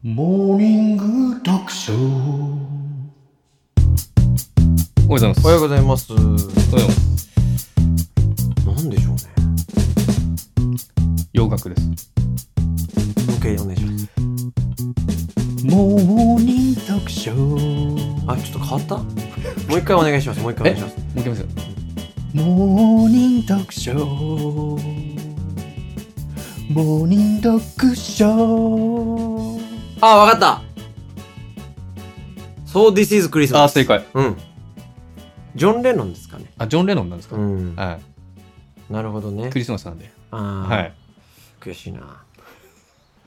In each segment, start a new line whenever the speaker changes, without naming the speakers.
モーニング特集
おはようございます。
おはようございます。な
おはようございます。
んでしょうね。
洋楽です。
もう一回お願いします。
モーニング特集
あ、ちょっと変わった もう一回お願いします。もう一回お願いします。
もう一回見ますよ。
モーニング特集モーニング特集
あ、わかった !So this is Christmas.
あ、正解。
うん。ジョン・レノンですかね。
あ、ジョン・レノンなんですか、
うん。
は
なるほどね
い。ク。リスマスなんで。
あー
はい。
悔しいな。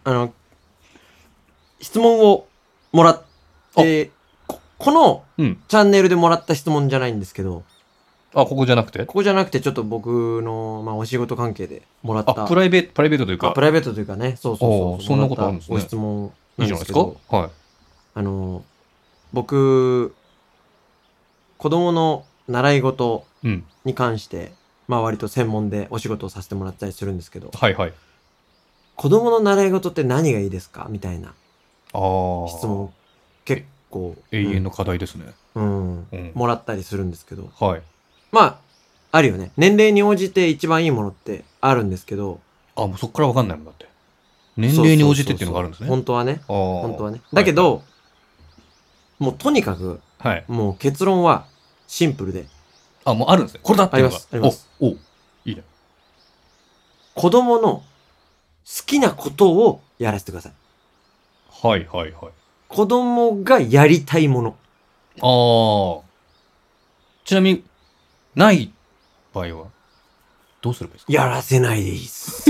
あの、質問をもらって、ここの
うん。
チャンネルでもらった質問じゃないんですけど、
あ、ここじゃなくて
ここじゃなくてちょっと僕の、まあ、お仕事関係でもらった。
あ、プライベート、プライベートという
まあ
か
プ、ライベートというかね、そうそうそう。
おーそんなことあるんですね
ご質問
い
ないん
じゃ
で
ないです
すけ
か
ど。
はい。
あの、僕、子供の習い事
うん。
に関して、まあ割と専門でお仕事をさせてもらったりするんですけど、
はいはい。
子供の習い事って何がいいですかみたいな
ああ。
質問、結構、
永遠の課題ですね。
うん、うん
うん。
もらったりするんですけど、
はい。
まあ、あるよね。年齢に応じて一番いいものってあるんですけど、
あ、もうそっからわかんないもんだって。年齢に応じてっていうのがあるんですね。
そうそうそう本当はね。
あー
本当はね。だけ、ど、もうとにかく、
はい。はい
もう結論はシンプルで、
あ、もうあるんですね。これだっていうのが。
あります
お、お、いいね。
子供の好きなことをやらせてください。
はいはいはい。
子供がやりたいもの。
ああ。ちなみに、ない場合は、どうすればいいですか
やらせないでいい です。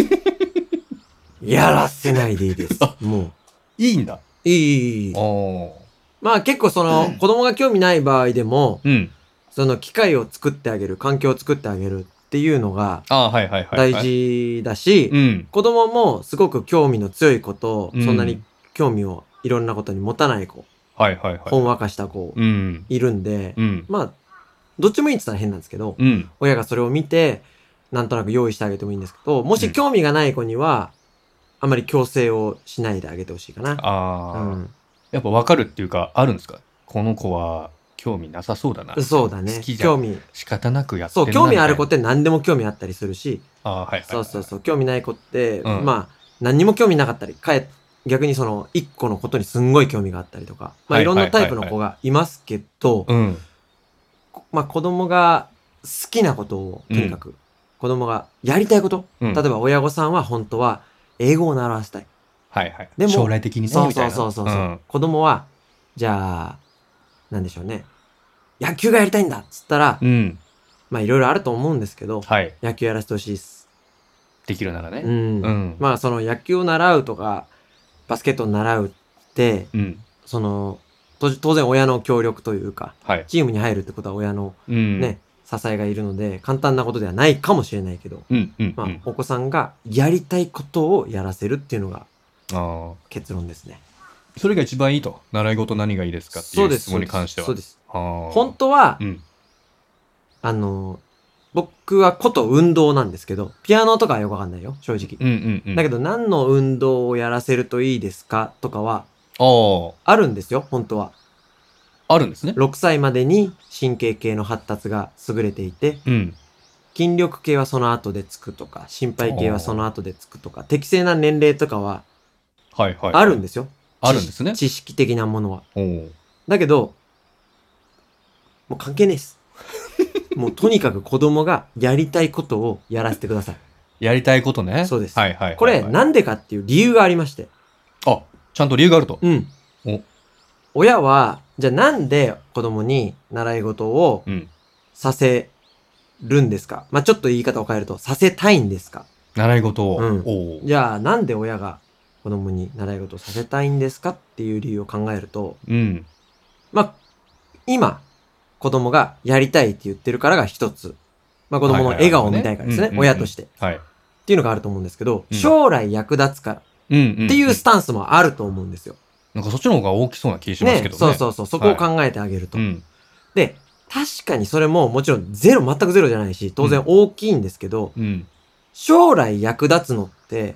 やらせないでいいです。も
いいんだ。
う、いい
あ。あ。
まあ結構その、子供が興味ない場合でも、
うん。
その機会を作ってあげる、環境を作ってあげるっていうのが
ああ、はいはいはい、はい。
大事だし、
うん。
子供もすごく興味の強い子と、
うん
そんなに興味をいろんなことに持たない子、
はいはいはい。
ほんわかした子、
うん。
いるんで、
うん。
まあ、どっちもいいって言ったら変なんですけど、
うん。
親がそれを見て、なんとなく用意してあげてもいいんですけど、
う
も
ん
し興味がない子には、あまり強制をしないであげてほしいかな。
あ
う
あ、
ん。
やっぱ分かるっていうか、あるんですかこの子は興味なさそうだな。
そうだね
好き。じゃん
興味。
仕方なくやってる
そう、
な
興味ある子っ
み
て何でも興味あったりするし、
たいなああ、はいはい、はい。
そうそうそう、興味ない子って、
うん
まあ、何にも興味なかったり、かえ、逆にその、一個のことにすんごい興味があったりとか、ま
は
あ、
い
いろんなタイプの子がいますけど、
うん。
こまあ、子供が好きなことを、とにかく、子供がやりたいこと、
うん
例えば親御さんは本当は、英語を習わせたい。
はいはい。
でも
将来的にね、
そう
みたい
そう
な。
そうそうそう、
ん
子供は、じゃあ、なんでしょうね。野球がやりたいんだっつったら、
うん。
まあいろいろあると思うんですけど、
はい。
野球やらせてほしいっす。
できるなら
う
ね。
ん。
うん。
まあその野球を習うとか、バスケットを習うって、
うん。
その、と当然親の協力というか、
はい。
チームに入るってことは親の
うん。
ね、。支えがいるので、簡単なことではないかもしれないけど、
うんうん、うん。
まあ、
あ
お子さんがやりたいことをやらせるっていうのが
あ。
結論ですね。
それが一番いいと。習い事何がいいですかって
そ
いうう
です。
質問に関しては。
そうです。
ああ。
本当は、
うん。
あの、僕はこと運動なんですけど、ピアノとかはよくわかんないよ、正直。
うんうんうん。
だけ
ど、
ど、何の運動をやらせるといいですかとかは、
あ
あるんですよ、本当は。
あ、あるんですね。
6歳までに神経系の発達が優れていて、
うん。
筋力系はその後でつくとか、心肺系はその後でつくとか、適正な年齢とかは
はいはい。
あるんですよ。
あるんですね。
知識的なものは。
おお。
だけど、もう関係ねえ っす。もうとにかく子供がやりたいことをやらせてください。
やりたいことね。
そうです
はいはいはいはい。
これなんでかっていう理由がありまして。
あ、ちゃんと理由があると。
うん
お。
親は、じゃあなんで子供に習い事を
うん。
させるんですかまあ、ちょっと言い方を変えると、させたいんですか
習い事を。
うん
おお。
じゃあなんで親が子供に習い事をさせたいんですかっていう理由を考えると、
うん。
まあ、今、子供がやりたいって言ってるからが一つ。まあ、子供の笑顔を見たいからです
はいはいはい
ね。親として。っ
はい。
ていうのがあると思うんですけど、
うん
将来役立つからっ
うんうん。
ていうス
ん
タンスもあると思うんですよ。
なんかそっちの方が大きそうな気します
ね
けどね。
そうそうそう。そこを考えてあげると。
うん。
で、確かにそれももちろんゼロ、全くゼロじゃないし、当然大きいんですけど、
うん。
将来役立つのって、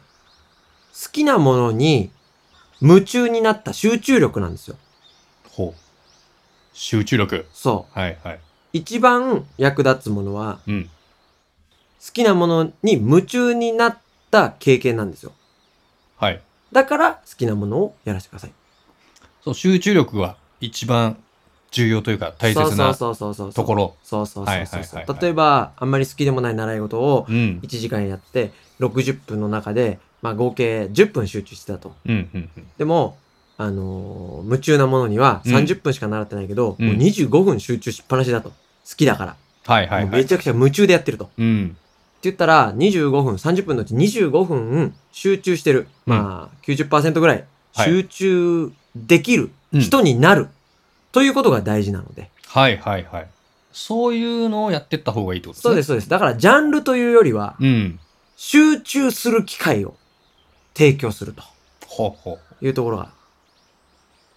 好きなものに夢中になった集中力なんですよ。
ほう。集中力。
そう。
はいはい。
一番役立つものは、
うん。
好きなものに夢中になった経験なんですよ。
はい。
だから、好きなものをやらせてください。
そう、集中力は一番重要というか大切な
そうそうそうそうそう
ところ。
そうそうそうそうそう
はいはいはいはい
例えば、あんまり好きでもない習い事を
うん。
1時間やって、60分の中で、まあ合計10分集中してたと。
うん、うん、うん。
でも、あのー夢中なものには
うん
30分しか習ってないけど、
うん
もう25分集中しっぱなしだと。好きだから。
はいはい
もう
は
め
い。
ちゃくちゃ夢中でやってると。って
うん。
言ったら、25分、30分のうち25分集中してる。まあ、90%ぐらい
はい
集中できる
うん
人になる、ということが大事なので。
はいはいはい。そういうのをやってった方がいいってことですね。
そうです、そうです。だから、ジャンルというよりは、
うん。
集中する機会を提供すると
ほうほう。
いうところが、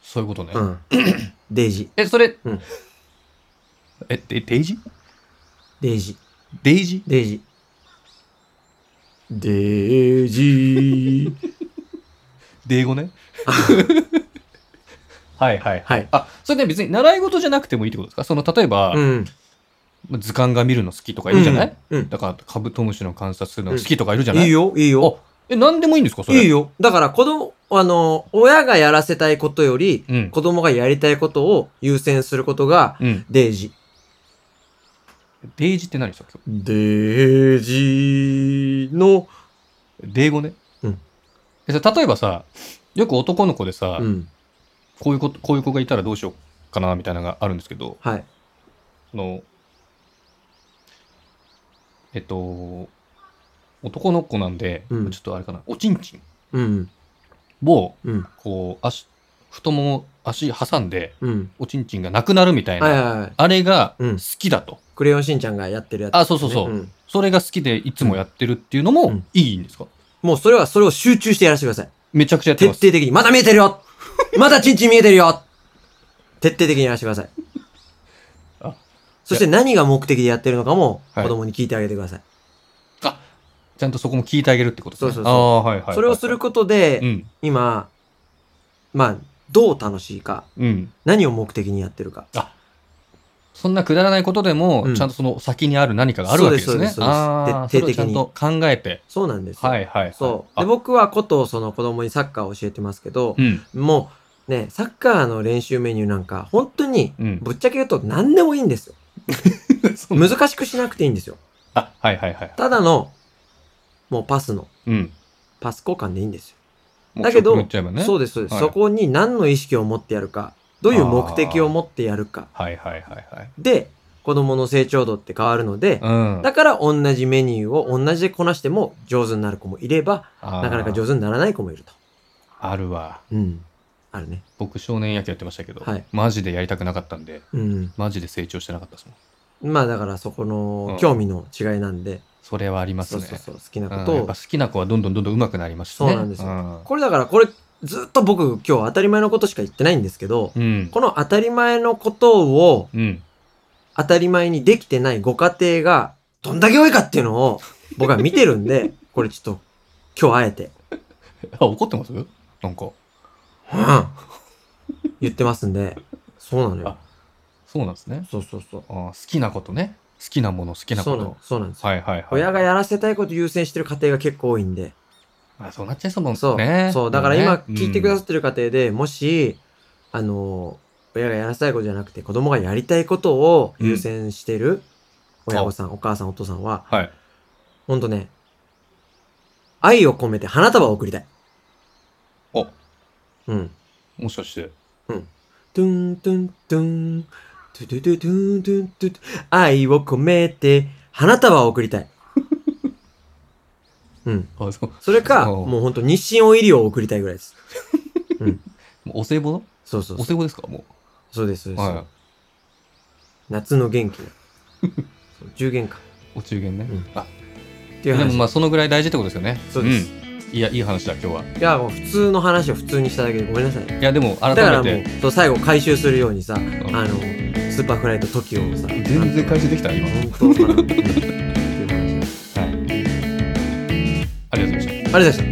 そういうことね。
うん。デイジ、
え、それ、
うん
え、でデイジ
デイジ。
デイジ
デイジー。デイジー。
デイ語ね。 はいはい。
はい。
あ、それね、別に習い事じゃなくてもいいってことですかその、例えば、
うん。
図鑑が見るの好きとかいるじゃない、
うん。
だから、カブトムシの観察するの好きとかいるじゃない
い、いよ、いいよ。
え、なんでもいいんですかそれ。
いいよ。だから、子供、あの、親がやらせたいことより、
うん。
子供がやりたいことを優先することが、
うん。
デイジ。
デイジって何ですか今
デイジーの、
日。デイ語ね。
うん
え。さ例えばさ、よく男の子でさ、
うん。
こういうこと、こういう子がいたらどうしようかな、みたいなのがあるんですけど、
はい。
その、えっと、男の子なんで、
うん
ちょっとあれかな、おちんちん
うん。
を、
うん。
こう、足、太もも、足挟んで、
うん。
おちんちんがなくなるみたいな、
はいはいはい。
あれが
うん
好きだと。
クレヨンしんちゃんがやってるやつ、
あそうそうそう
うん
それが好きでいつもやってるっていうの
う
も
ん
いいんですか、
もうそれは、それを集中してやらせてください。
めちゃくちゃやって
徹
ま
底
す。
的に。まだ見えてるよまだチンチン見えてるよ徹底的にやらせてください
あ。
そして何が目的でやってるのかも
はい
子供に聞いてあげてください。
ちゃんとそこも聞いてあげるってことですね。
そうそうそう
ああ、はいはい、はい。
それをすることで、
うん。
今、まあ、どう楽しいか、
うん。
何を目的にやってるか。
そんなくだらないことでも、
うん
ちゃんとその先にある何かがあるわけです
そう
ね。
ですそうです
ああ、
徹
そ
底
れ
的
を
に
ちゃんと考えて。
そうなんですよ。
はいはい、はい。
そう。
あ
で、僕はことをその子供にサッカーを教えてますけど
う、ん。
もうね、サッカーの練習メニューなんか、本当に、
うん。
ぶっちゃけ言うと何でもいいんですよ。
そう
難しくしなくていいんですよ。
あ、はいはいはい。
ただの、もうパスの、
うん。
パス交換でいいんですよ。
もう
だけど
食言っちゃえばね、
そうです、そうです、
はい
そこに何の意識を持ってやるか、どういう目的を持ってやるか
はいはいはいはい。
で、子供の成長度って変わるので、
うん。
だから同じメニューを同じでこなしても上手になる子もいれば、
あー
なかなか上手にならない子もいると。
あるわ。
うん。あるね。
僕少年野球やってましたけど、
はい
マジでやりたくなかったんで、
うん。
マジで成長してなかったですもん。
まあだからそこ
う
の
ん
興味の違いなんで、
それはあります
そう
ね。
そうそう、好きな
う
こ
ん
と
やっ
を
ぱ好きな子はどんどんどんどん上手くなりますしね。
そうなんですよ
うん
これだからこれずっと僕今日当たり前のことしか言ってないんですけど、
うん。
この当たり前のことを
うん。
当たり前にできてないご家庭がどんだけ多いかっていうのを僕は見てるんで、 これちょっと今日あえて、
あ、怒ってますなんか。
うん言ってますんで、そうなのよ
あ。そうなんですね。
そうそうそう。
あー好きなことね。好きなもの、好きな
そ
こ
うなの
と。
そうなんですよ。
はいはいはい。
親がやらせたいこと優先してる家庭が結構多いんで。
あそうなっちゃいそうもん
そう。
ね。
そう。だから今聞いてくださ
い。
ってる家庭で、もし、あの、親がやらせたいことじゃなくて子供がやりたいことを優先してる親御さん、お母さん、お父さんは、
うんはい。
ほんとね、愛を込めて花束を贈りたい。
お、
うん。
もしかして。
トゥントゥントゥン、トゥトゥトゥトゥントゥントゥン、愛を込めて花束を贈り たい。うん。
あ、そう。
それか、
おう
もうほんと日清オイリオを贈りたいぐらいです。
もうお歳暮の
そうそう
お
そ
歳
う。
暮ですかも
そうです、そう
う。
です。
は
夏の元気な。 そう10元
い。
か。
お中元ね
うん。
あ、
ってい
で
う
も
話。
まあそのぐらい大事ってことですよね。
そうです。
うん。いや、いい話だ、今日は。
いや、もう普通の話を普通にしただけでごめんなさい。
いや、でも改
だから
め
もう
て、
そう、最後回収するようにさ、あ
ん
の、スーパーフライト TOKIO をさ、
全然回収できた、今の。はい。
本当かな。うんっていう
あ
話
りがとうございました。
ありがとうございました。